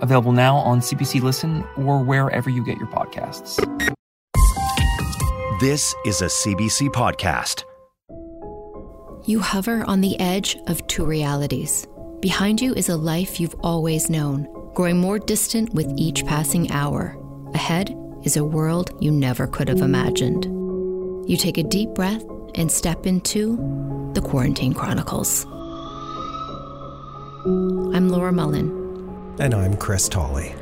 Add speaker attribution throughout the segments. Speaker 1: available now on CBC Listen or wherever you get your podcasts.
Speaker 2: This is a CBC podcast.
Speaker 3: You hover on the edge of two realities. Behind you is a life you've always known, growing more distant with each passing hour. Ahead is a world you never could have imagined. You take a deep breath and step into the Quarantine Chronicles. I'm Laura Mullen.
Speaker 4: And I'm Chris Tolley.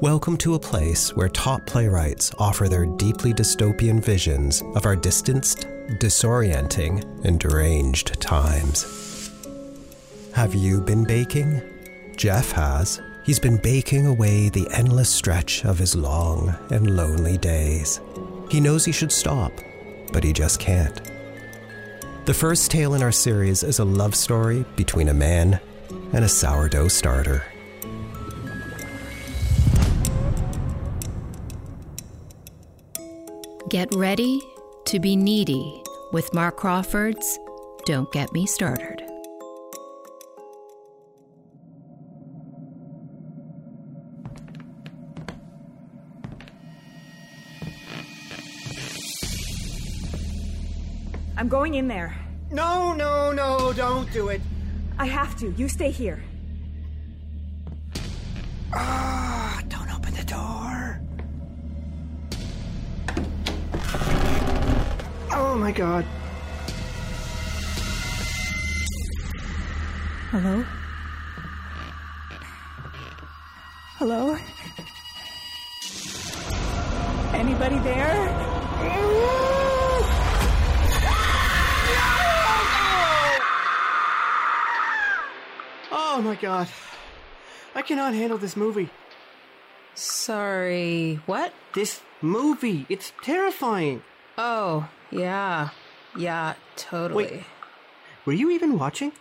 Speaker 4: Welcome to a place where top playwrights offer their deeply dystopian visions of our distanced, disorienting, and deranged times. Have you been baking? Jeff has. He's been baking away the endless stretch of his long and lonely days. He knows he should stop, but he just can't. The first tale in our series is a love story between a man and a sourdough starter.
Speaker 3: Get ready to be needy with Mark Crawford's Don't Get Me Started.
Speaker 5: I'm going in there.
Speaker 6: No, no, no, don't do it.
Speaker 5: I have to. You stay here.
Speaker 6: Ah, don't open the door. Oh my god.
Speaker 5: Hello? Hello? Anybody there?
Speaker 6: Oh my god. I cannot handle this movie.
Speaker 7: Sorry, what?
Speaker 6: This movie, it's terrifying.
Speaker 7: Oh, yeah. Yeah, totally.
Speaker 6: Wait. Were you even watching?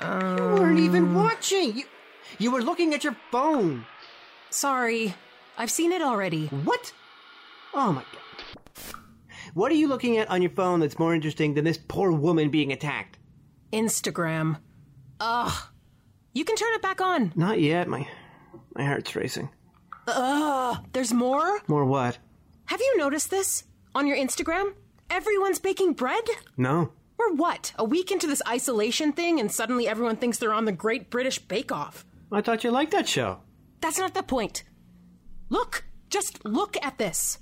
Speaker 6: you weren't
Speaker 7: Um,
Speaker 6: even watching. You, you were looking at your phone.
Speaker 7: Sorry. I've seen it already.
Speaker 6: What? Oh my god. What are you looking at on your phone that's more interesting than this poor woman being attacked?
Speaker 7: Instagram. Ugh. You can turn it back on.
Speaker 6: Not yet. My my heart's racing.
Speaker 7: Ugh. There's more?
Speaker 6: More what?
Speaker 7: Have you noticed this? On your Instagram? Everyone's baking bread?
Speaker 6: No.
Speaker 7: We're what? A week into this isolation thing, and suddenly everyone thinks they're on the Great British Bake Off.
Speaker 6: I thought you liked that show.
Speaker 7: That's not the point. Look. Just look at this.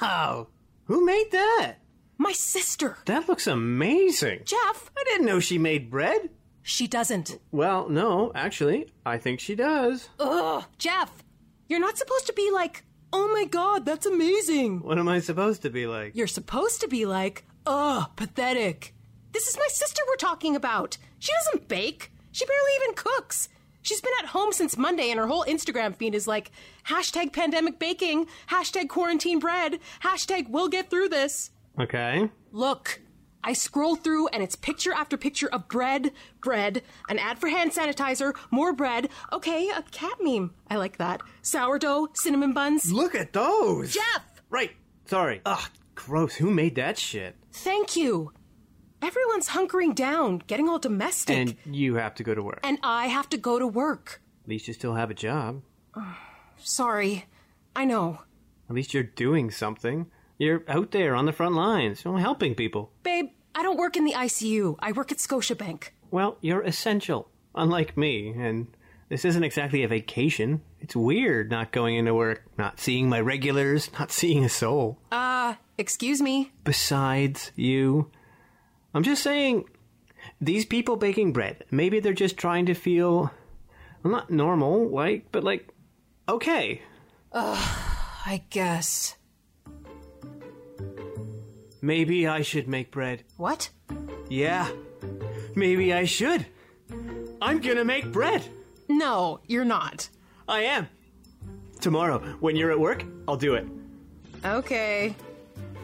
Speaker 6: Wow. Who made that?
Speaker 7: My sister.
Speaker 6: That looks amazing.
Speaker 7: Jeff.
Speaker 6: I didn't know she made bread.
Speaker 7: She doesn't.
Speaker 6: Well, no, actually, I think she does.
Speaker 7: Ugh. Jeff. You're not supposed to be like, oh my god, that's amazing.
Speaker 6: What am I supposed to be like?
Speaker 7: You're supposed to be like, ugh, pathetic. This is my sister we're talking about. She doesn't bake. She barely even cooks. She's been at home since Monday, and her whole Instagram feed is like hashtag pandemic baking, hashtag quarantine bread, hashtag we'll get through this.
Speaker 6: Okay.
Speaker 7: Look, I scroll through, and it's picture after picture of bread, bread, an ad for hand sanitizer, more bread. Okay, a cat meme. I like that. Sourdough, cinnamon buns.
Speaker 6: Look at those.
Speaker 7: Jeff!
Speaker 6: Right. Sorry. Ugh, gross. Who made that shit?
Speaker 7: Thank you. Everyone's hunkering down, getting all domestic.
Speaker 6: And you have to go to work.
Speaker 7: and I have to go to work.
Speaker 6: At least you still have a job.
Speaker 7: Sorry. I know.
Speaker 6: At least you're doing something. You're out there on the front lines, you know, helping people.
Speaker 7: Babe, I don't work in the ICU. I work at Scotiabank.
Speaker 6: Well, you're essential, unlike me, and this isn't exactly a vacation. It's weird not going into work, not seeing my regulars, not seeing a soul.
Speaker 7: Excuse me.
Speaker 6: Besides you. I'm just saying, these people baking bread, maybe they're just trying to feel well, not normal, like, but like, okay.
Speaker 7: I guess.
Speaker 6: Maybe I should make bread.
Speaker 7: What?
Speaker 6: Yeah, maybe I should. I'm gonna make bread.
Speaker 7: No, you're not.
Speaker 6: I am. Tomorrow, when you're at work, I'll do it.
Speaker 7: Okay.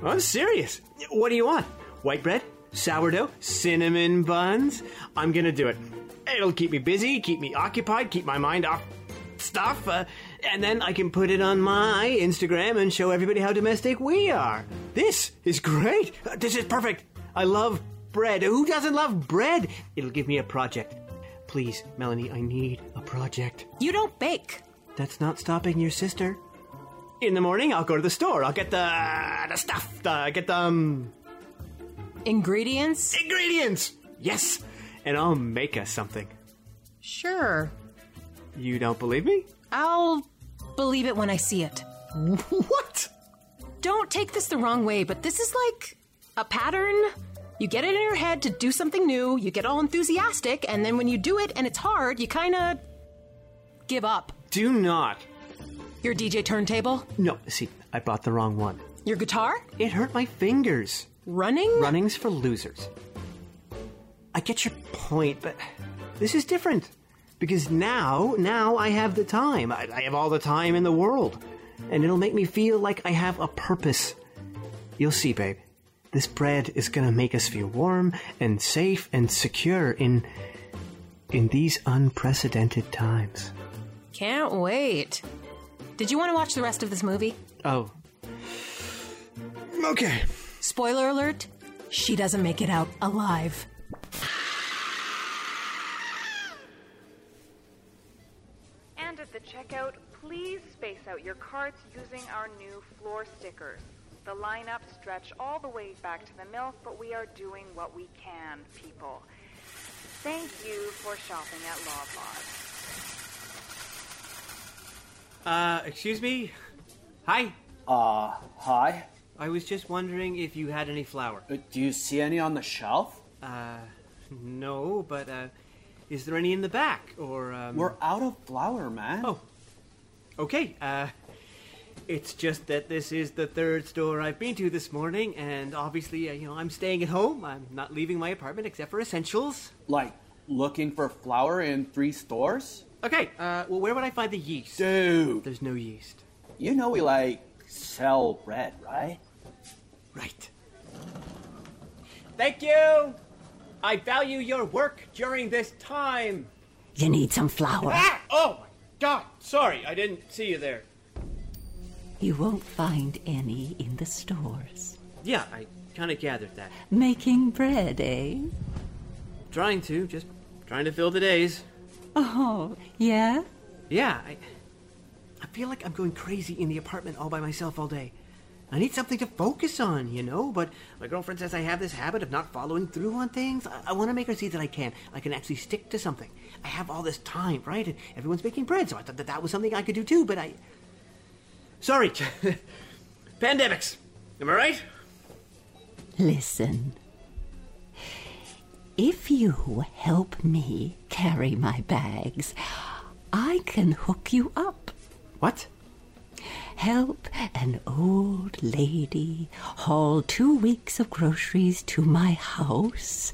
Speaker 6: I'm serious. What do you want? White bread, sourdough, cinnamon buns? I'm gonna do it. It'll keep me busy, keep me occupied, keep my mind off stuff, uh, and then I can put it on my Instagram and show everybody how domestic we are. This is great. Uh, This is perfect. I love bread. Who doesn't love bread? It'll give me a project. Please, Melanie, I need a project.
Speaker 7: You don't bake.
Speaker 6: That's not stopping your sister. In the morning, I'll go to the store. I'll get the the stuff. The, get the um,
Speaker 7: Ingredients?
Speaker 6: ingredients. Yes, and I'll make us something.
Speaker 7: Sure.
Speaker 6: You don't believe me?
Speaker 7: I'll believe it when I see it.
Speaker 6: What?
Speaker 7: Don't take this the wrong way, but this is like a pattern. You get it in your head to do something new, you get all enthusiastic, and then when you do it and it's hard, you kind of give up.
Speaker 6: Do not.
Speaker 7: Your DJ turntable,
Speaker 6: No, see, I bought the wrong one.
Speaker 7: your guitar,
Speaker 6: It hurt my fingers.
Speaker 7: running?
Speaker 6: Running's for losers. I get your point, but this is different. Because now, now I have the time. I, I have all the time in the world. And it'll make me feel like I have a purpose. You'll see, babe. This bread is gonna make us feel warm and safe and secure in. in these unprecedented times.
Speaker 7: Can't wait. Did you want to watch the rest of this movie?
Speaker 6: Oh. Okay.
Speaker 7: Spoiler alert, she doesn't make it out alive.
Speaker 8: And at the checkout, please space out your carts using our new floor stickers. The lineups stretch all the way back to the milk, but we are doing what we can, people. Thank you for shopping at Loblaws.
Speaker 6: Uh, excuse me? Hi.
Speaker 9: Uh, hi.
Speaker 6: I was just wondering if you had any flour.
Speaker 9: Uh, Do you see any on the shelf?
Speaker 6: Uh, no, but, uh, is there any in the back? Or, um.
Speaker 9: We're out of flour, man.
Speaker 6: Oh. Okay, uh. It's just that this is the third store I've been to this morning, and obviously, uh, you know, I'm staying at home. I'm not leaving my apartment except for essentials.
Speaker 9: Like, looking for flour in three stores?
Speaker 6: Okay, uh, well, where would I find the yeast?
Speaker 9: Dude.
Speaker 6: There's no yeast.
Speaker 9: You know we, like, sell bread, right?
Speaker 6: Right. Thank you! I value your work during this time!
Speaker 3: You need some flour.
Speaker 6: Ah! Oh my god! Sorry, I didn't see you there.
Speaker 3: You won't find any in the stores.
Speaker 6: Yeah, I kind of gathered that.
Speaker 3: Making bread, eh?
Speaker 6: Trying to, just trying to fill the days.
Speaker 3: Oh, yeah?
Speaker 6: Yeah, I, I feel like I'm going crazy in the apartment all by myself all day. I need something to focus on, you know, but my girlfriend says I have this habit of not following through on things. I, I want to make her see that I can. I can actually stick to something. I have all this time, right? And everyone's making bread, so I thought that that was something I could do too, but I. Sorry. Pandemics. Am I right?
Speaker 3: Listen. If you help me carry my bags, I can hook you up.
Speaker 6: What?
Speaker 3: Help an old lady haul two weeks of groceries to my house,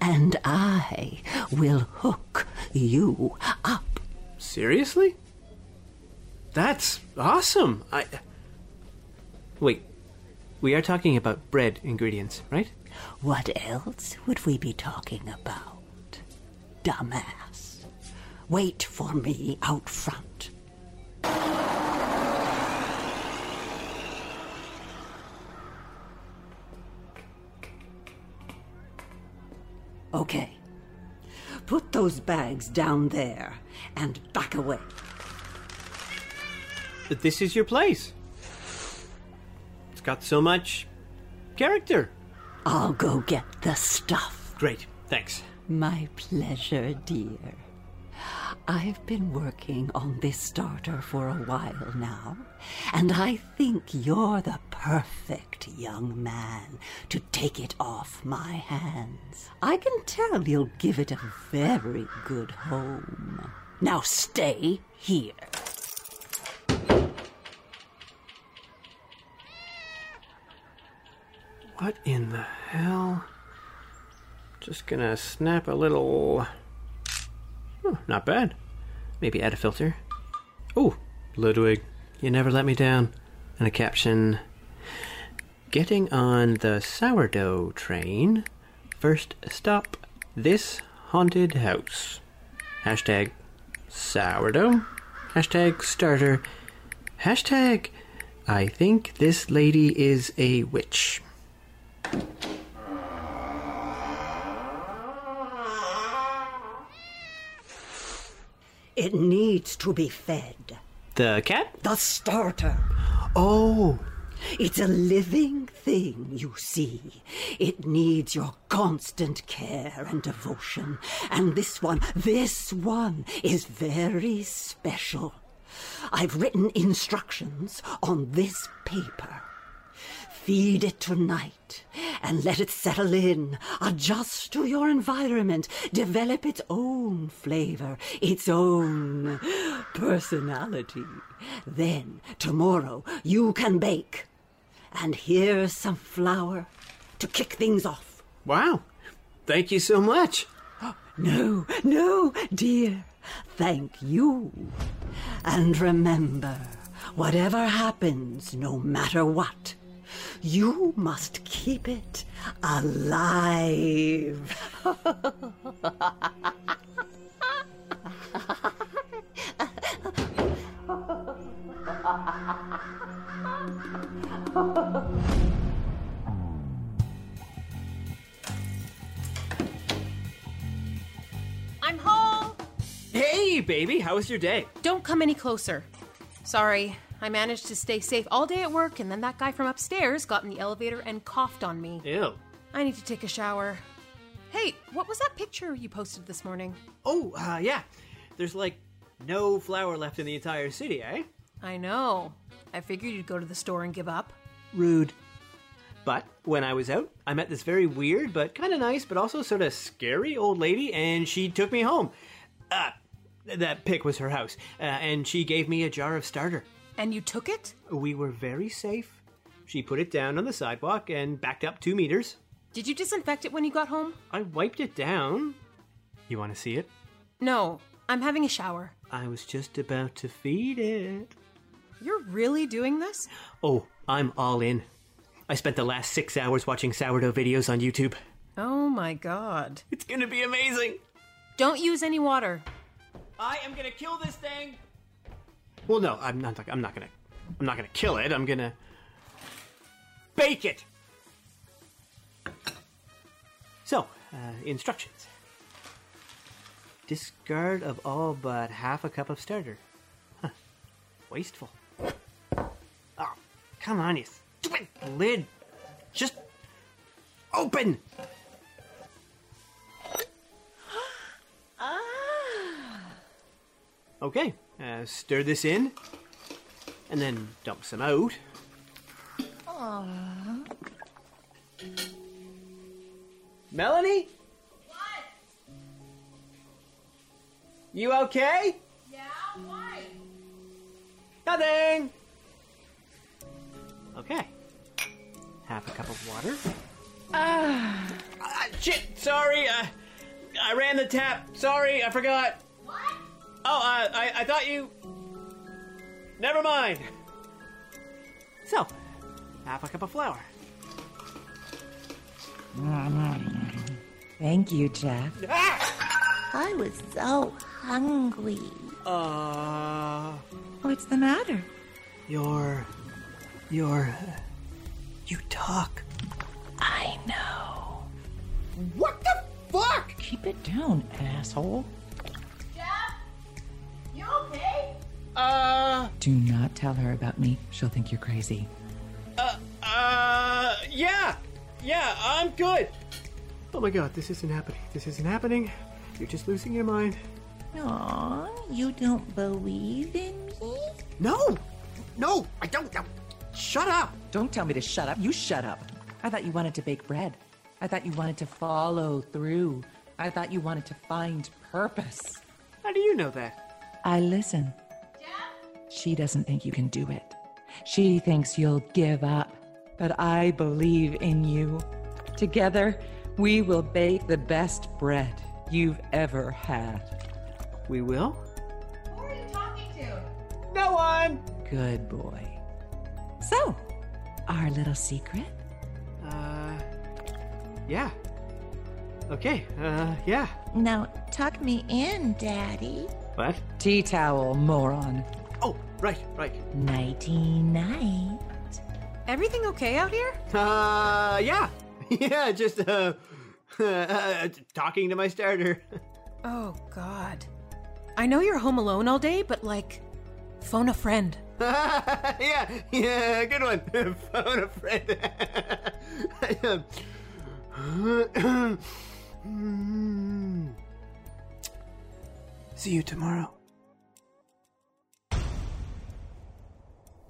Speaker 3: and I will hook you up.
Speaker 6: Seriously? That's awesome. I Wait. We are talking about bread ingredients, right?
Speaker 3: What else would we be talking about? Dumbass. Wait for me out front. Okay. Put those bags down there and back away.
Speaker 6: But this is your place. It's got so much character.
Speaker 3: I'll go get the stuff.
Speaker 6: Great. Thanks.
Speaker 3: My pleasure, dear. I've been working on this starter for a while now, and I think you're the perfect young man to take it off my hands. I can tell you'll give it a very good home. Now stay here.
Speaker 6: What in the hell? Just gonna snap a little. Oh, not bad. Maybe add a filter. Oh, Ludwig.
Speaker 3: You never let me down. And a caption Getting on the sourdough train. First stop this haunted house. Hashtag sourdough. Hashtag starter. Hashtag I think this lady is a witch.
Speaker 8: It needs to be fed.
Speaker 3: The cat?
Speaker 8: The starter.
Speaker 3: Oh.
Speaker 8: It's a living thing, you see. It needs your constant care and devotion. And this one, this one is very special. I've written instructions on this paper. Feed it tonight and let it settle in. Adjust to your environment. Develop its own flavor, its own personality. Then, tomorrow, you can bake. And here's some flour to kick things off.
Speaker 3: Wow. Thank you so much.
Speaker 8: No, no, dear. Thank you. And remember, whatever happens, no matter what, you must keep it alive.
Speaker 7: I'm home!
Speaker 3: Hey, baby, how was your day?
Speaker 7: Don't come any closer. Sorry, I managed to stay safe all day at work, and then that guy from upstairs got in the elevator and coughed on me.
Speaker 3: Ew.
Speaker 7: I need to take a shower. Hey, what was that picture you posted this morning?
Speaker 3: Oh, uh, yeah. There's like no flour left in the entire city, eh?
Speaker 7: I know. I figured you'd go to the store and give up.
Speaker 3: Rude. But when I was out, I met this very weird, but kind of nice, but also sort of scary old lady, and she took me home. Uh, that pick was her house, uh, and she gave me a jar of starter.
Speaker 7: And you took it?
Speaker 3: We were very safe. She put it down on the sidewalk and backed up two meters.
Speaker 7: Did you disinfect it when you got home?
Speaker 3: I wiped it down. You want to see it?
Speaker 7: No, I'm having a shower.
Speaker 3: I was just about to feed it.
Speaker 7: You're really doing this?
Speaker 3: Oh, I'm all in. I spent the last six hours watching sourdough videos on YouTube.
Speaker 7: Oh my god.
Speaker 3: It's gonna be amazing!
Speaker 7: Don't use any water.
Speaker 3: I am gonna kill this thing! Well, no, I'm not. I'm not gonna. I'm not gonna kill it. I'm gonna bake it. So, uh, instructions: discard of all but half a cup of starter. Huh. Wasteful. Oh, come on, you stupid lid! Just open. Okay, uh, stir this in, and then dump some out.
Speaker 10: Aww.
Speaker 3: Melanie,
Speaker 11: What?
Speaker 3: you okay?
Speaker 11: Yeah, why?
Speaker 3: Nothing. Okay. Half a cup of water.
Speaker 10: Ah.
Speaker 3: Ah, shit! Sorry, uh, I ran the tap. Sorry, I forgot.
Speaker 11: What?
Speaker 3: Oh, uh, I, I thought you. Never mind. So, half a cup of flour.
Speaker 12: Thank you, Jeff. I was so hungry.
Speaker 3: Uh,
Speaker 12: What's the matter?
Speaker 3: your, your, you talk.
Speaker 12: I know.
Speaker 11: What the fuck?
Speaker 12: Keep it down, asshole.
Speaker 11: Jeff? You okay?
Speaker 3: Uh,
Speaker 12: Do not tell her about me. She'll think you're crazy.
Speaker 3: uh, uh, yeah, yeah, I'm good. Oh my god, this isn't happening. This isn't happening. You're just losing your mind.
Speaker 12: Aw, you don't believe in me?
Speaker 3: No! No, I don't. No. Shut up!
Speaker 12: Don't tell me to shut up. You shut up. I thought you wanted to bake bread. I thought you wanted to follow through. I thought you wanted to find purpose.
Speaker 3: How do you know that?
Speaker 12: I listen. She doesn't think you can do it. She thinks you'll give up. But I believe in you. Together, we will bake the best bread you've ever had.
Speaker 3: We will?
Speaker 11: Who are you talking to?
Speaker 3: No one!
Speaker 13: Good boy. So, our little secret?
Speaker 14: Uh, yeah. Okay, uh, yeah.
Speaker 13: Now, tuck me in, Daddy.
Speaker 14: What?
Speaker 13: Tea towel, moron.
Speaker 14: Oh, right, right.
Speaker 13: Nighty night.
Speaker 7: Everything okay out here?
Speaker 14: Uh, yeah. yeah, just, uh, uh, talking to my starter.
Speaker 7: Oh, God. I know you're home alone all day, but like, phone a friend.
Speaker 14: yeah, yeah, good one. Phone a friend. See you tomorrow.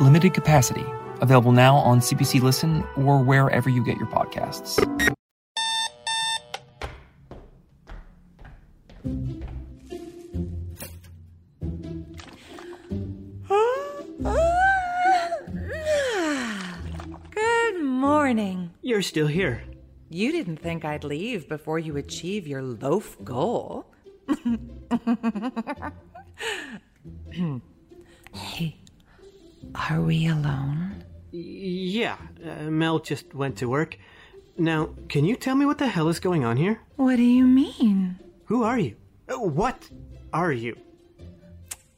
Speaker 1: Limited Capacity, available now on CBC Listen or wherever you get your podcasts.
Speaker 3: Good morning.
Speaker 14: You're still here.
Speaker 3: You didn't think I'd leave before you achieve your loaf goal. hey, are we alone?
Speaker 14: Yeah, uh, Mel just went to work. Now, can you tell me what the hell is going on here?
Speaker 3: What do you mean?
Speaker 14: Who are you? Uh, What are you?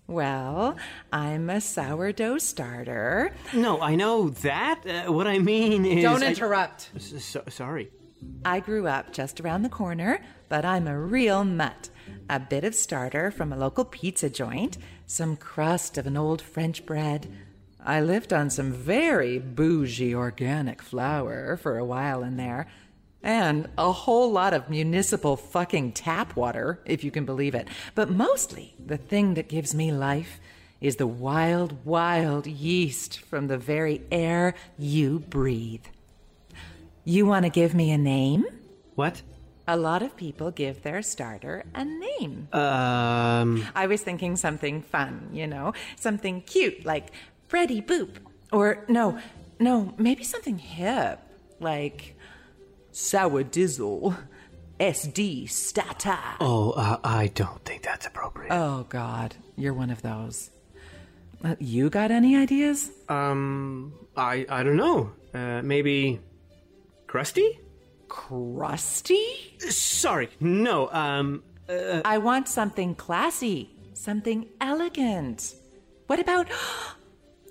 Speaker 3: Well, I'm a sourdough starter.
Speaker 14: No, I know that. Uh, what I mean is.
Speaker 3: Don't
Speaker 14: I-
Speaker 3: interrupt.
Speaker 14: S- so- sorry.
Speaker 3: I grew up just around the corner, but I'm a real mutt. A bit of starter from a local pizza joint, some crust of an old French bread. I lived on some very bougie organic flour for a while in there, and a whole lot of municipal fucking tap water, if you can believe it. But mostly, the thing that gives me life is the wild, wild yeast from the very air you breathe. You want to give me a name?
Speaker 14: What?
Speaker 3: A lot of people give their starter a name.
Speaker 14: Um.
Speaker 3: I was thinking something fun, you know, something cute like Freddy Boop. Or no, no, maybe something hip like Sour Dizzle, SD Stata.
Speaker 14: Oh, uh, I don't think that's appropriate.
Speaker 3: Oh, God, you're one of those. Uh, You got any ideas?
Speaker 14: Um, I I don't know. Uh, maybe crusty?
Speaker 3: Crusty?
Speaker 14: Sorry, no. Um,
Speaker 3: I want something classy, something elegant. What about.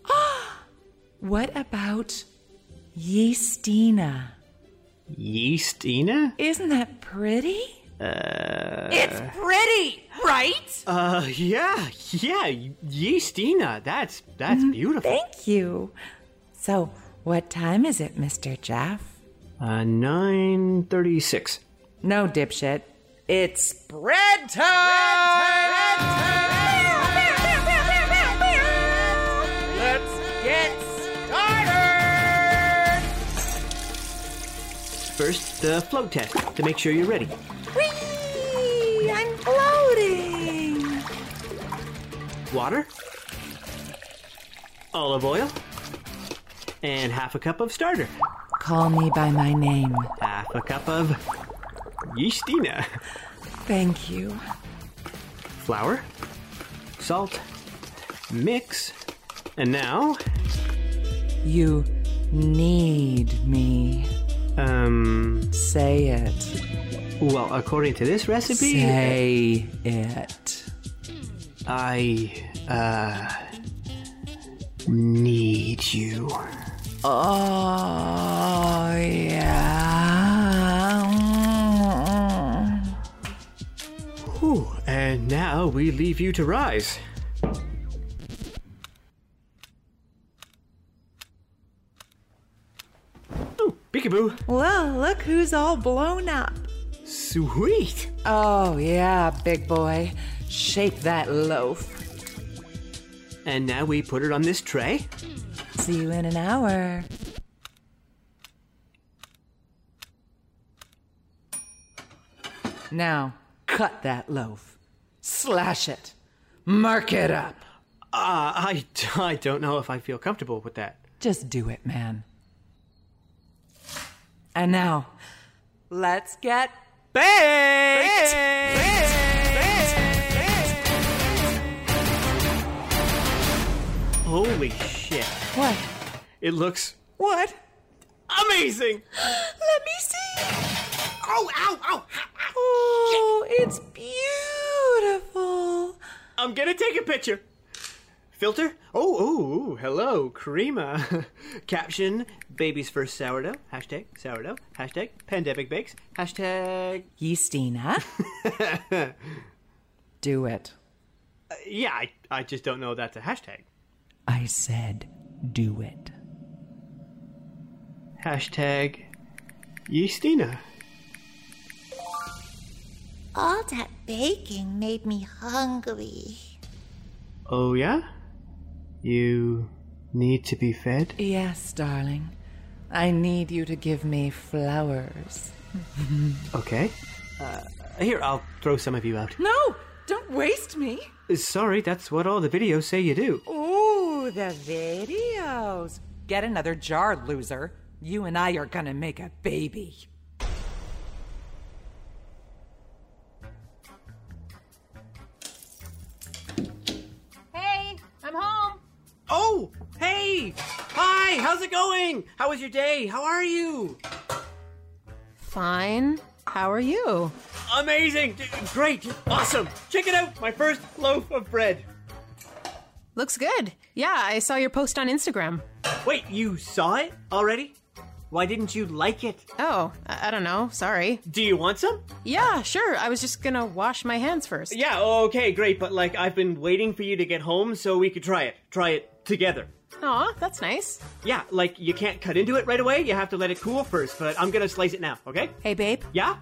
Speaker 3: Ah! what about Yeastina?
Speaker 14: yeastina?
Speaker 3: Isn't that pretty?
Speaker 14: Uh,
Speaker 3: It's pretty, right?
Speaker 14: Uh, yeah, yeah, yeastina. That's that's
Speaker 3: Mm-hmm.
Speaker 14: beautiful.
Speaker 3: Thank you. So, what time is it, Mr. Jeff?
Speaker 14: Uh, nine thirty-six.
Speaker 3: No, dipshit. It's bread time! Let's get started!
Speaker 14: First, the float test to make sure you're ready.
Speaker 3: Whee! I'm floating!
Speaker 14: Water, olive oil, and half a cup of starter.
Speaker 3: Call me by my name.
Speaker 14: Half a cup of yeastina.
Speaker 3: Thank you.
Speaker 14: flour, salt, mix, and now,
Speaker 3: You need me.
Speaker 14: um,
Speaker 3: Say it.
Speaker 14: well, according to this recipe,
Speaker 3: Say it.
Speaker 14: I, uh, need you.
Speaker 3: Oh, yeah.
Speaker 14: Whew, and now we leave you to rise. Oh, peekaboo.
Speaker 3: Well, look who's all blown up.
Speaker 14: Sweet.
Speaker 3: Oh, yeah, big boy. Shake that loaf.
Speaker 14: And now we put it on this tray.
Speaker 3: See you in an hour. Now, cut that loaf. Slash it. Mark it up.
Speaker 14: Uh, I, I don't know if I feel comfortable with that.
Speaker 3: Just do it, man. And now, let's get baked!
Speaker 14: Holy shit.
Speaker 3: What?
Speaker 14: It looks
Speaker 3: What?
Speaker 14: amazing.
Speaker 3: Let me see.
Speaker 14: Oh, ow, ow.
Speaker 3: Oh, it's beautiful.
Speaker 14: I'm gonna take a picture. Filter? Oh, oh, ooh, hello, Crema. Caption, baby's first sourdough. Hashtag sourdough. Hashtag pandemic bakes. Hashtag.
Speaker 3: Yeastina. do it.
Speaker 14: Uh, yeah, I, I just don't know that's a hashtag.
Speaker 3: I said, do it.
Speaker 14: Hashtag Yeastina.
Speaker 15: All that baking made me hungry.
Speaker 14: Oh, yeah? You need to be fed?
Speaker 3: Yes, darling. I need you to give me flowers.
Speaker 14: Okay. Uh, here, I'll throw some of you out.
Speaker 3: No! Don't waste me!
Speaker 14: Sorry, that's what all the videos say you do.
Speaker 3: Ooh, the videos. Get another jar, loser. You and I are gonna make a baby.
Speaker 16: Hey, I'm home.
Speaker 14: Oh, hey! Hi, how's it going? How was your day? How are you?
Speaker 7: Fine. How are you?
Speaker 14: Amazing! D- Great! Awesome! Check it out! My first loaf of bread.
Speaker 7: Looks good. Yeah, I saw your post on Instagram.
Speaker 14: Wait, you saw it already? Why didn't you like it?
Speaker 7: Oh, I, I don't know. Sorry.
Speaker 14: Do you want some?
Speaker 7: Yeah, sure. I was just gonna wash my hands first.
Speaker 14: Yeah, okay, great, but like I've been waiting for you to get home so we could try it. Try it together.
Speaker 7: Aw, that's nice.
Speaker 14: Yeah, like you can't cut into it right away, you have to let it cool first, but I'm gonna slice it now, okay?
Speaker 7: Hey, babe.
Speaker 14: Yeah?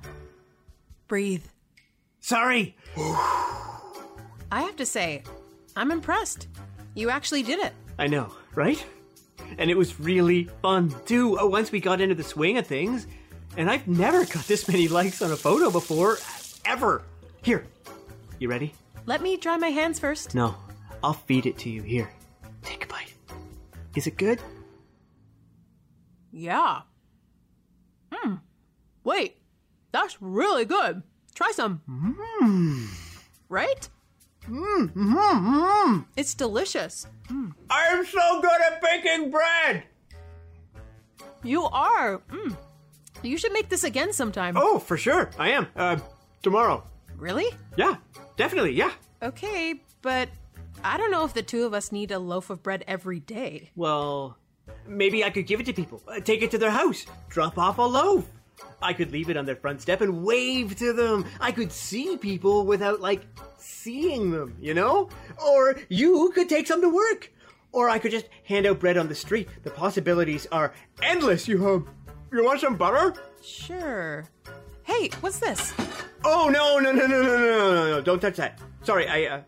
Speaker 7: Breathe.
Speaker 14: Sorry!
Speaker 7: I have to say, I'm impressed. You actually did it.
Speaker 14: I know, right? And it was really fun too. Oh, once we got into the swing of things, and I've never got this many likes on a photo before, ever. Here, you ready?
Speaker 7: Let me dry my hands first.
Speaker 14: No, I'll feed it to you. Here, take a bite. Is it good?
Speaker 7: Yeah. Hmm. Wait, that's really good. Try some.
Speaker 14: Mmm.
Speaker 7: Right?
Speaker 14: Mmm. Mmm. Mmm.
Speaker 7: It's delicious. Mm.
Speaker 14: I'm so good at baking bread.
Speaker 7: You are. Mm. You should make this again sometime.
Speaker 14: Oh, for sure. I am. Uh, tomorrow.
Speaker 7: Really?
Speaker 14: Yeah, definitely. Yeah.
Speaker 7: Okay, but I don't know if the two of us need a loaf of bread every day.
Speaker 14: Well, maybe I could give it to people. Uh, Take it to their house. Drop off a loaf. I could leave it on their front step and wave to them. I could see people without, like, seeing them, you know? Or you could take some to work. Or I could just hand out bread on the street. The possibilities are endless, you hub. You want some butter?
Speaker 7: Sure. Hey, what's this?
Speaker 14: Oh, no, no, no, no, no, no, no, no, no. Don't touch that. Sorry, I, uh,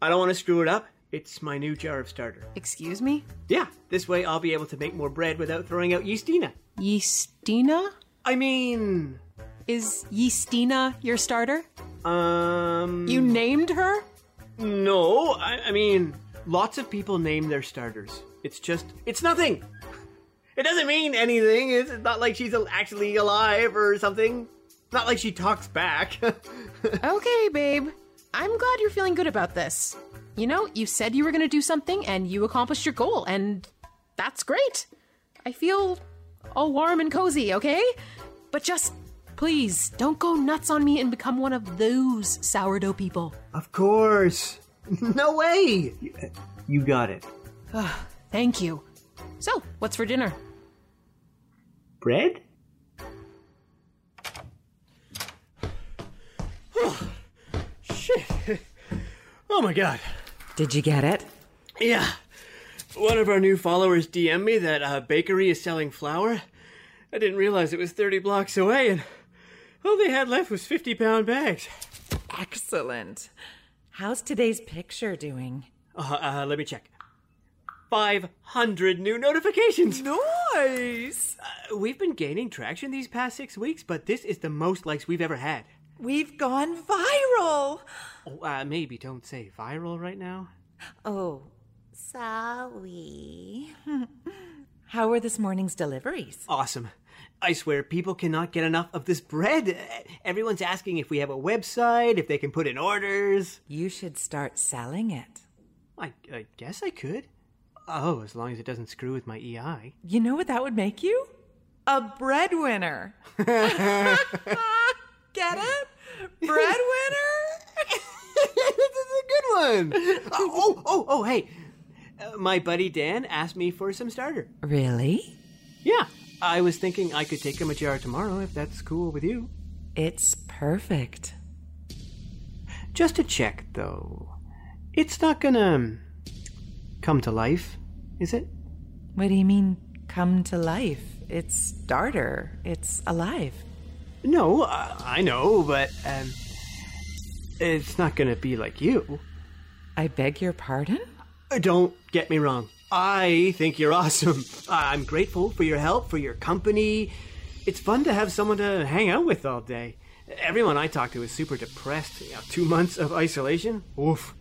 Speaker 14: I don't want to screw it up. It's my new jar of starter.
Speaker 7: Excuse me?
Speaker 14: Yeah, this way I'll be able to make more bread without throwing out yeastina.
Speaker 7: Yeastina?
Speaker 14: I mean,
Speaker 7: Is Yeastina your starter?
Speaker 14: um.
Speaker 7: You named her?
Speaker 14: No, I, I mean, lots of people name their starters. It's just, it's nothing. It doesn't mean anything. It's not like she's al- actually alive or something. Not like she talks back.
Speaker 7: okay, babe. I'm glad you're feeling good about this. You know, you said you were going to do something and you accomplished your goal, and that's great. I feel all warm and cozy, okay? But just please don't go nuts on me and become one of those sourdough people.
Speaker 14: of course. No way. You, you got it.
Speaker 7: Thank you. So, what's for dinner?
Speaker 14: Bread? Shit. Oh my god.
Speaker 3: Did you get it?
Speaker 14: Yeah. One of our new followers DM'd me that a bakery is selling flour. I didn't realize it was 30 blocks away, and all they had left was 50 pound bags.
Speaker 3: Excellent. How's today's picture doing?
Speaker 14: Uh, uh, let me check. 500 new notifications! Nice! Uh, we've been gaining traction these past six weeks, but this is the most likes we've ever had.
Speaker 3: We've gone viral!
Speaker 14: Oh, uh, maybe don't say viral right now.
Speaker 3: Oh, sorry. How were this morning's deliveries?
Speaker 14: Awesome. I swear, people cannot get enough of this bread. Uh, Everyone's asking if we have a website, if they can put in orders.
Speaker 3: You should start selling it.
Speaker 14: I, I guess I could. Oh, as long as it doesn't screw with my E EI.
Speaker 3: You know what that would make you? A breadwinner. Get it? Breadwinner?
Speaker 14: this is a good one. oh, oh, oh, hey. Uh, my buddy Dan asked me for some starter.
Speaker 3: Really?
Speaker 14: Yeah. I was thinking I could take him a jar tomorrow if that's cool with you.
Speaker 3: It's perfect.
Speaker 14: Just to check, though. It's not gonna um, come to life, is it?
Speaker 3: What do you mean, come to life? It's starter, it's alive.
Speaker 14: No, uh, I know, but um, it's not gonna be like you.
Speaker 3: I beg your pardon?
Speaker 14: Don't get me wrong. I think you're awesome. I'm grateful for your help, for your company. It's fun to have someone to hang out with all day. Everyone I talk to is super depressed. You know, two months of isolation? Oof.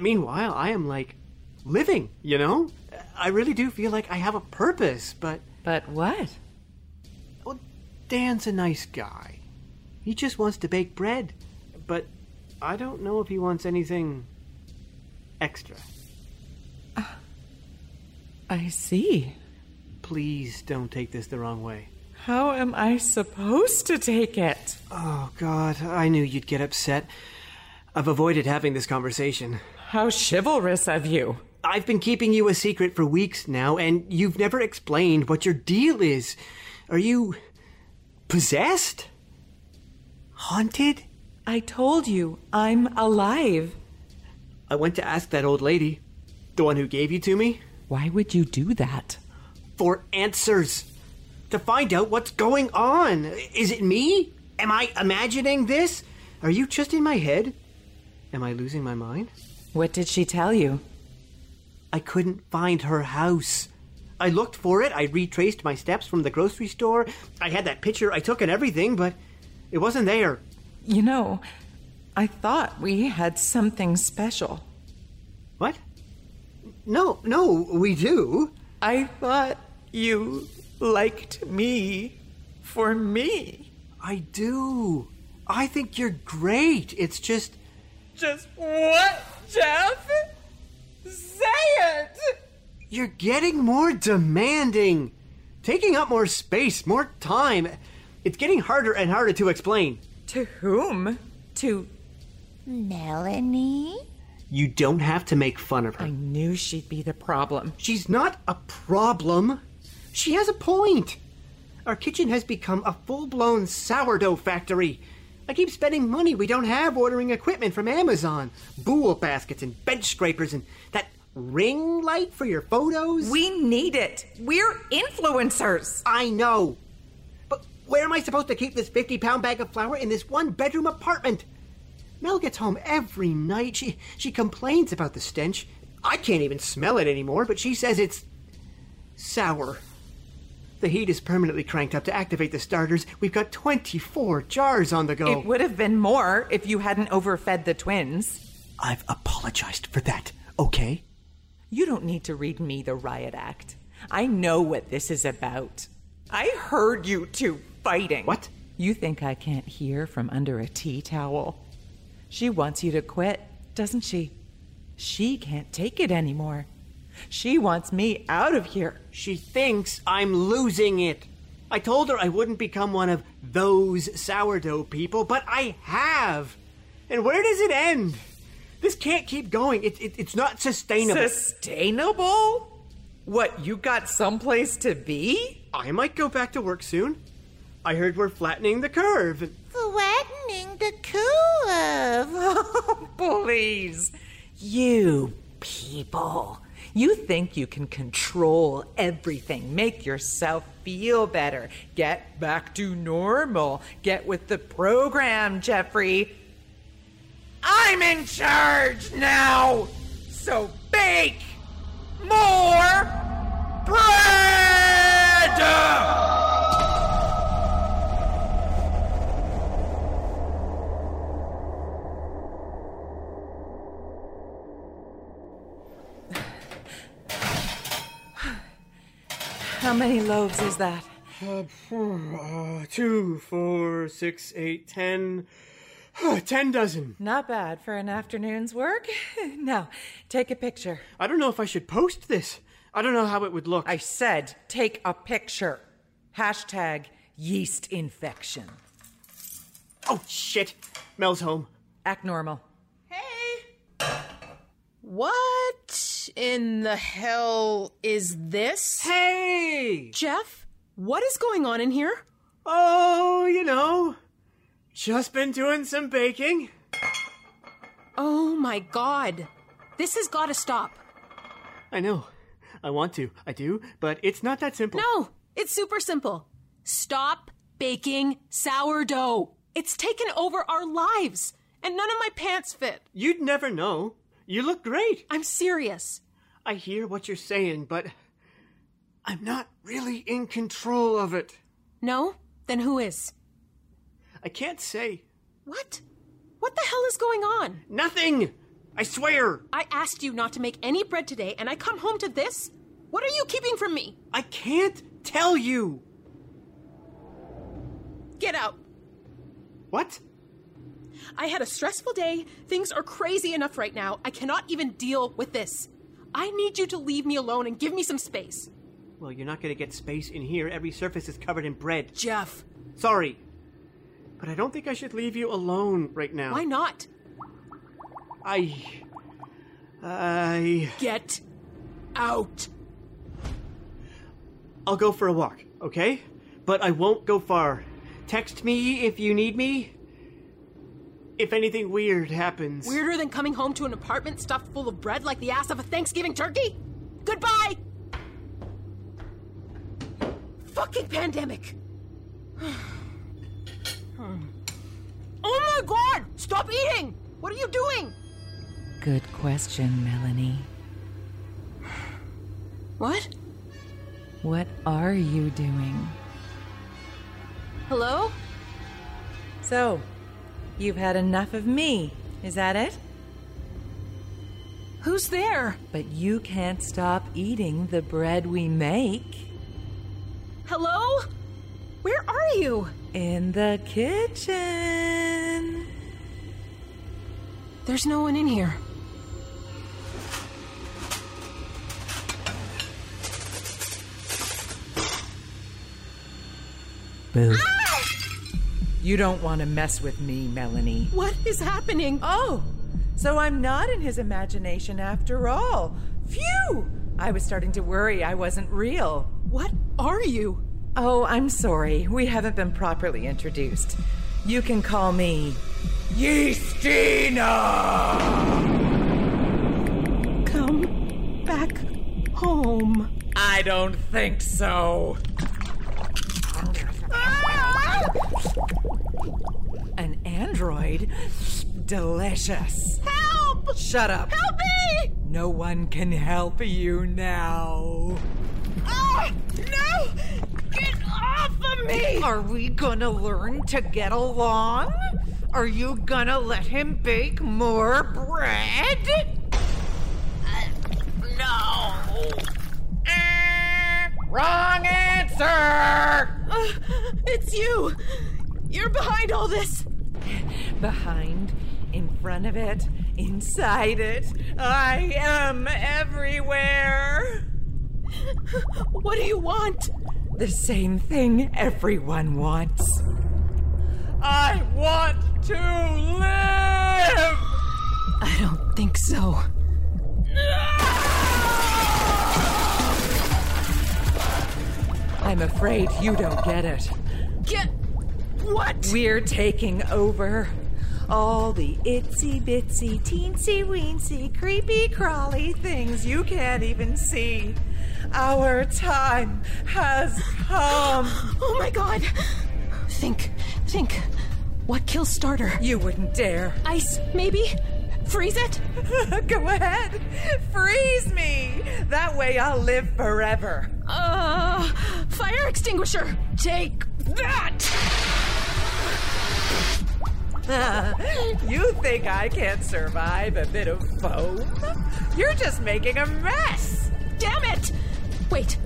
Speaker 14: Meanwhile, I am like living, you know? I really do feel like I have a purpose, but.
Speaker 3: But what?
Speaker 14: Well, Dan's a nice guy. He just wants to bake bread, but I don't know if he wants anything extra.
Speaker 3: I see.
Speaker 14: Please don't take this the wrong way.
Speaker 3: How am I supposed to take it?
Speaker 14: Oh, God, I knew you'd get upset. I've avoided having this conversation.
Speaker 3: How chivalrous of you.
Speaker 14: I've been keeping you a secret for weeks now, and you've never explained what your deal is. Are you. possessed? Haunted?
Speaker 3: I told you, I'm alive.
Speaker 14: I went to ask that old lady, the one who gave you to me,
Speaker 13: Why would you do that?
Speaker 14: for answers. To find out what's going on. Is it me? Am I imagining this? Are you just in my head? Am I losing my mind?
Speaker 3: What did she tell you?
Speaker 14: I couldn't find her house. I looked for it, I retraced my steps from the grocery store. I had that picture I took and everything, but it wasn't there.
Speaker 3: You know, I thought we had something special.
Speaker 14: What? No, no, we do.
Speaker 3: I thought you liked me for me.
Speaker 14: I do. I think you're great. It's just.
Speaker 3: Just what, Jeff? Say it!
Speaker 14: You're getting more demanding, taking up more space, more time. It's getting harder and harder to explain.
Speaker 3: To whom? To.
Speaker 15: Melanie?
Speaker 14: You don't have to make fun of her.
Speaker 3: I knew she'd be the problem.
Speaker 14: She's not a problem. She has a point. Our kitchen has become a full blown sourdough factory. I keep spending money we don't have ordering equipment from Amazon bool baskets and bench scrapers and that ring light for your photos.
Speaker 3: We need it. We're influencers.
Speaker 14: I know. But where am I supposed to keep this 50 pound bag of flour in this one bedroom apartment? Mel gets home every night. She, she complains about the stench. I can't even smell it anymore, but she says it's sour. The heat is permanently cranked up to activate the starters. We've got 24 jars on the go.
Speaker 3: It would have been more if you hadn't overfed the twins.
Speaker 14: I've apologized for that, okay?
Speaker 3: You don't need to read me the riot act. I know what this is about. I heard you two fighting.
Speaker 14: What?
Speaker 3: You think I can't hear from under a tea towel? She wants you to quit, doesn't she? She can't take it anymore. She wants me out of here.
Speaker 14: She thinks I'm losing it. I told her I wouldn't become one of those sourdough people, but I have. And where does it end? This can't keep going. It, it, it's not sustainable.
Speaker 3: Sustainable? What, you got someplace to be?
Speaker 14: I might go back to work soon. I heard we're flattening the curve. and-
Speaker 15: Flattening the curve.
Speaker 3: Oh, Please. You people. You think you can control everything, make yourself feel better, get back to normal, get with the program, Jeffrey. I'm in charge now!
Speaker 17: So bake more bread!
Speaker 3: How many loaves is that?
Speaker 14: Uh, phew, uh, two, four, six, eight, ten. Ten dozen.
Speaker 3: Not bad for an afternoon's work. now, take a picture.
Speaker 14: I don't know if I should post this. I don't know how it would look.
Speaker 3: I said, take a picture. Hashtag yeast infection.
Speaker 14: Oh, shit. Mel's home.
Speaker 3: Act normal.
Speaker 7: What in the hell is this?
Speaker 14: Hey!
Speaker 7: Jeff, what is going on in here?
Speaker 14: Oh, you know, just been doing some baking.
Speaker 7: Oh my god. This has got to stop.
Speaker 14: I know. I want to. I do, but it's not that simple.
Speaker 7: No, it's super simple. Stop baking sourdough. It's taken over our lives, and none of my pants fit.
Speaker 14: You'd never know. You look great.
Speaker 7: I'm serious.
Speaker 14: I hear what you're saying, but I'm not really in control of it.
Speaker 7: No? Then who is?
Speaker 14: I can't say.
Speaker 7: What? What the hell is going on?
Speaker 14: Nothing! I swear!
Speaker 7: I asked you not to make any bread today, and I come home to this? What are you keeping from me?
Speaker 14: I can't tell you!
Speaker 7: Get out.
Speaker 14: What?
Speaker 7: I had a stressful day. Things are crazy enough right now. I cannot even deal with this. I need you to leave me alone and give me some space.
Speaker 14: Well, you're not going to get space in here. Every surface is covered in bread.
Speaker 7: Jeff.
Speaker 14: Sorry. But I don't think I should leave you alone right now.
Speaker 7: Why not?
Speaker 14: I. I.
Speaker 7: Get out.
Speaker 14: I'll go for a walk, okay? But I won't go far. Text me if you need me if anything weird happens.
Speaker 7: Weirder than coming home to an apartment stuffed full of bread like the ass of a Thanksgiving turkey? Goodbye! Fucking pandemic! oh my god! Stop eating! What are you doing?
Speaker 3: Good question, Melanie.
Speaker 7: What?
Speaker 3: What are you doing?
Speaker 7: Hello?
Speaker 3: So, You've had enough of me. Is that it?
Speaker 7: Who's there?
Speaker 3: But you can't stop eating the bread we make.
Speaker 7: Hello? Where are you?
Speaker 3: In the kitchen.
Speaker 7: There's no one in here.
Speaker 1: Boo.
Speaker 3: You don't want to mess with me, Melanie.
Speaker 7: What is happening?
Speaker 3: Oh, so I'm not in his imagination after all. Phew! I was starting to worry I wasn't real.
Speaker 7: What are you?
Speaker 3: Oh, I'm sorry. We haven't been properly introduced. You can call me
Speaker 17: Yeastina!
Speaker 7: Come back home.
Speaker 17: I don't think so.
Speaker 3: An android? Delicious.
Speaker 7: Help!
Speaker 3: Shut up.
Speaker 7: Help me!
Speaker 3: No one can help you now.
Speaker 17: Oh, no! Get off of me!
Speaker 3: Are we gonna learn to get along? Are you gonna let him bake more bread?
Speaker 17: Uh, no. Uh,
Speaker 3: Eh,
Speaker 17: wrong answer!
Speaker 7: Uh, it's you! You're behind all this!
Speaker 3: Behind, in front of it, inside it. I am everywhere!
Speaker 7: What do you want?
Speaker 3: The same thing everyone wants.
Speaker 17: I want to live!
Speaker 7: I don't think so.
Speaker 3: I'm afraid you don't get it.
Speaker 7: Get what?
Speaker 3: We're taking over. All the itsy bitsy, teensy weensy, creepy crawly things you can't even see. Our time has come.
Speaker 7: oh my god! Think, think. What kills starter?
Speaker 3: You wouldn't dare.
Speaker 7: Ice, maybe? Freeze it?
Speaker 3: Go ahead. Freeze me. That way I'll live forever.
Speaker 7: Uh, fire extinguisher! Take that!
Speaker 3: you think I can't survive a bit of foam? You're just making a mess.
Speaker 7: Damn it! Wait.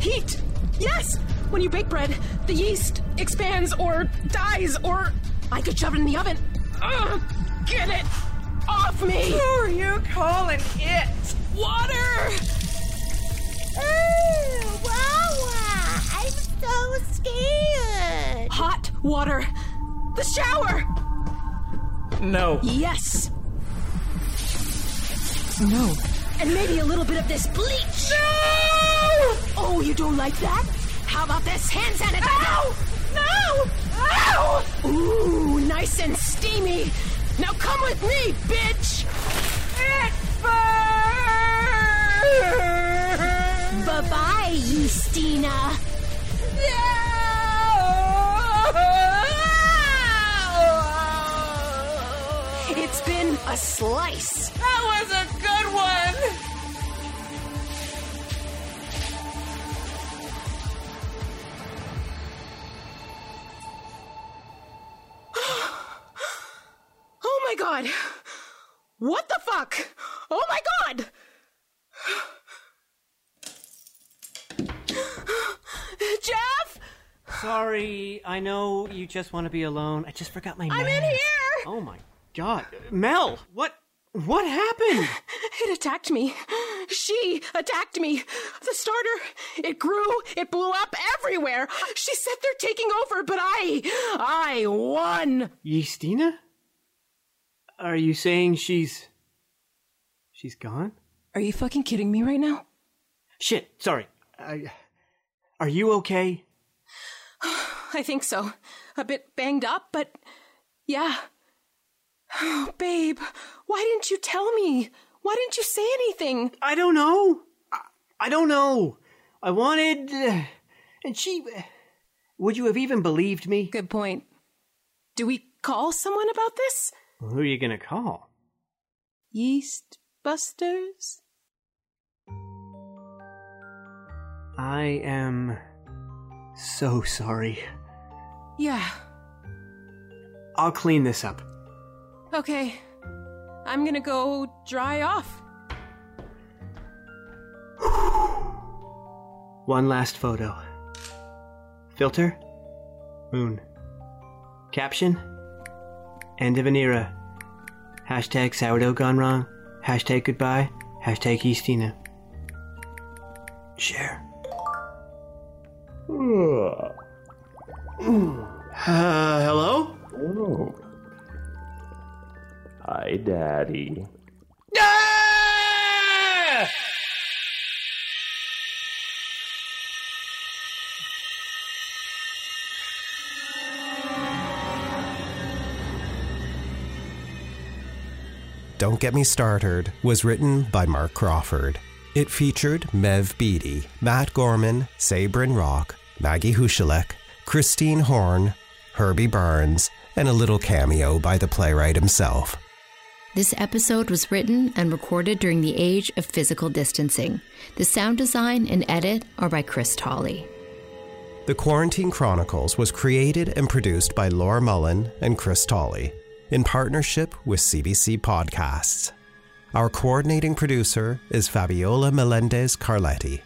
Speaker 7: Heat! Yes! When you bake bread, the yeast expands or dies or. I could shove it in the oven. Ugh, get it off me!
Speaker 3: Who are you calling it?
Speaker 7: Water!
Speaker 15: Ooh, Wawa! I'm so scared!
Speaker 7: Hot water! The shower!
Speaker 14: No.
Speaker 7: Yes!
Speaker 14: No.
Speaker 7: And maybe a little bit of this bleach!
Speaker 3: No!
Speaker 7: Oh, you don't like that? How about this hand sanitizer?
Speaker 3: Ow! No! Ow!
Speaker 7: Ooh, nice and steamy! Now come with me, bitch!
Speaker 3: It burns!
Speaker 7: Bye bye, Yeastina!
Speaker 3: Oh, No!
Speaker 7: It's been a slice!
Speaker 3: That was a good one!
Speaker 7: Oh my god! What the fuck? Oh my god! Jeff!
Speaker 14: Sorry, I know you just want to be alone. I just forgot my
Speaker 7: I'm
Speaker 14: mask.
Speaker 7: in here!
Speaker 14: Oh my god. Mel, what what happened?
Speaker 7: It attacked me. She attacked me. The starter. It grew. It blew up everywhere. She said they're taking over, but I. I won.
Speaker 14: Yeastina? Are you saying she's she's gone?
Speaker 7: Are you fucking kidding me right now?
Speaker 14: Shit, sorry. I, are you okay?
Speaker 7: I think so. A bit banged up, but yeah. Oh, babe, why didn't you tell me? Why didn't you say anything?
Speaker 14: I don't know. I, I don't know. I wanted uh, and she would you have even believed me?
Speaker 7: Good point. Do we call someone about this?
Speaker 14: Who are you going to call?
Speaker 7: Yeast Busters?
Speaker 14: I am so sorry.
Speaker 7: Yeah.
Speaker 14: I'll clean this up.
Speaker 7: Okay. I'm gonna go dry off.
Speaker 14: One last photo. Filter? Moon. Caption? End of an era. Hashtag sourdough gone wrong. Hashtag goodbye. Hashtag Eastina. Share.
Speaker 6: Uh,
Speaker 14: hello?
Speaker 6: Oh. Hi, Daddy.
Speaker 17: Ah!
Speaker 2: Don't Get Me Started was written by Mark Crawford. It featured Mev Beatty, Matt Gorman, Sabrin Rock, Maggie Hushalek, Christine Horn, Herbie Barnes, and a little cameo by the playwright himself.
Speaker 18: This episode was written and recorded during the age of physical distancing. The sound design and edit are by Chris Tolley.
Speaker 2: The Quarantine Chronicles was created and produced by Laura Mullen and Chris Tolley in partnership with CBC Podcasts. Our coordinating producer is Fabiola Melendez Carletti.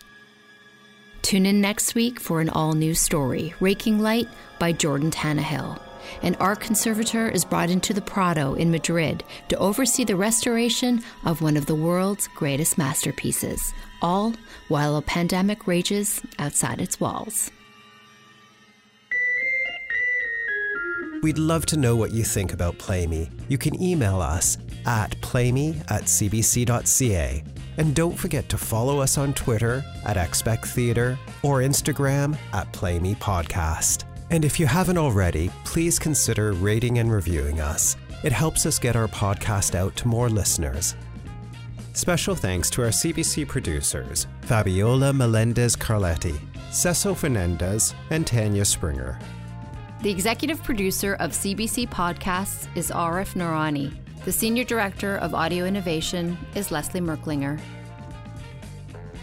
Speaker 18: Tune in next week for an all new story, Raking Light by Jordan Tannehill. An art conservator is brought into the Prado in Madrid to oversee the restoration of one of the world's greatest masterpieces, all while a pandemic rages outside its walls.
Speaker 2: We'd love to know what you think about Play Me. You can email us at playme at cbc.ca. And don't forget to follow us on Twitter at Expect Theatre or Instagram at Play Me Podcast. And if you haven't already, please consider rating and reviewing us. It helps us get our podcast out to more listeners. Special thanks to our CBC producers, Fabiola Melendez Carletti, Cecil Fernandez, and Tanya Springer.
Speaker 18: The executive producer of CBC Podcasts is Arif Narani. The Senior Director of Audio Innovation is Leslie Merklinger.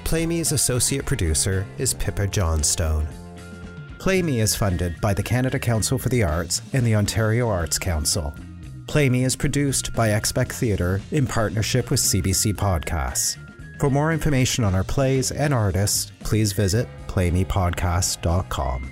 Speaker 2: Play Me's associate producer is Pippa Johnstone. Play Me is funded by the Canada Council for the Arts and the Ontario Arts Council. Play Me is produced by Expect Theatre in partnership with CBC Podcasts. For more information on our plays and artists, please visit playmepodcast.com.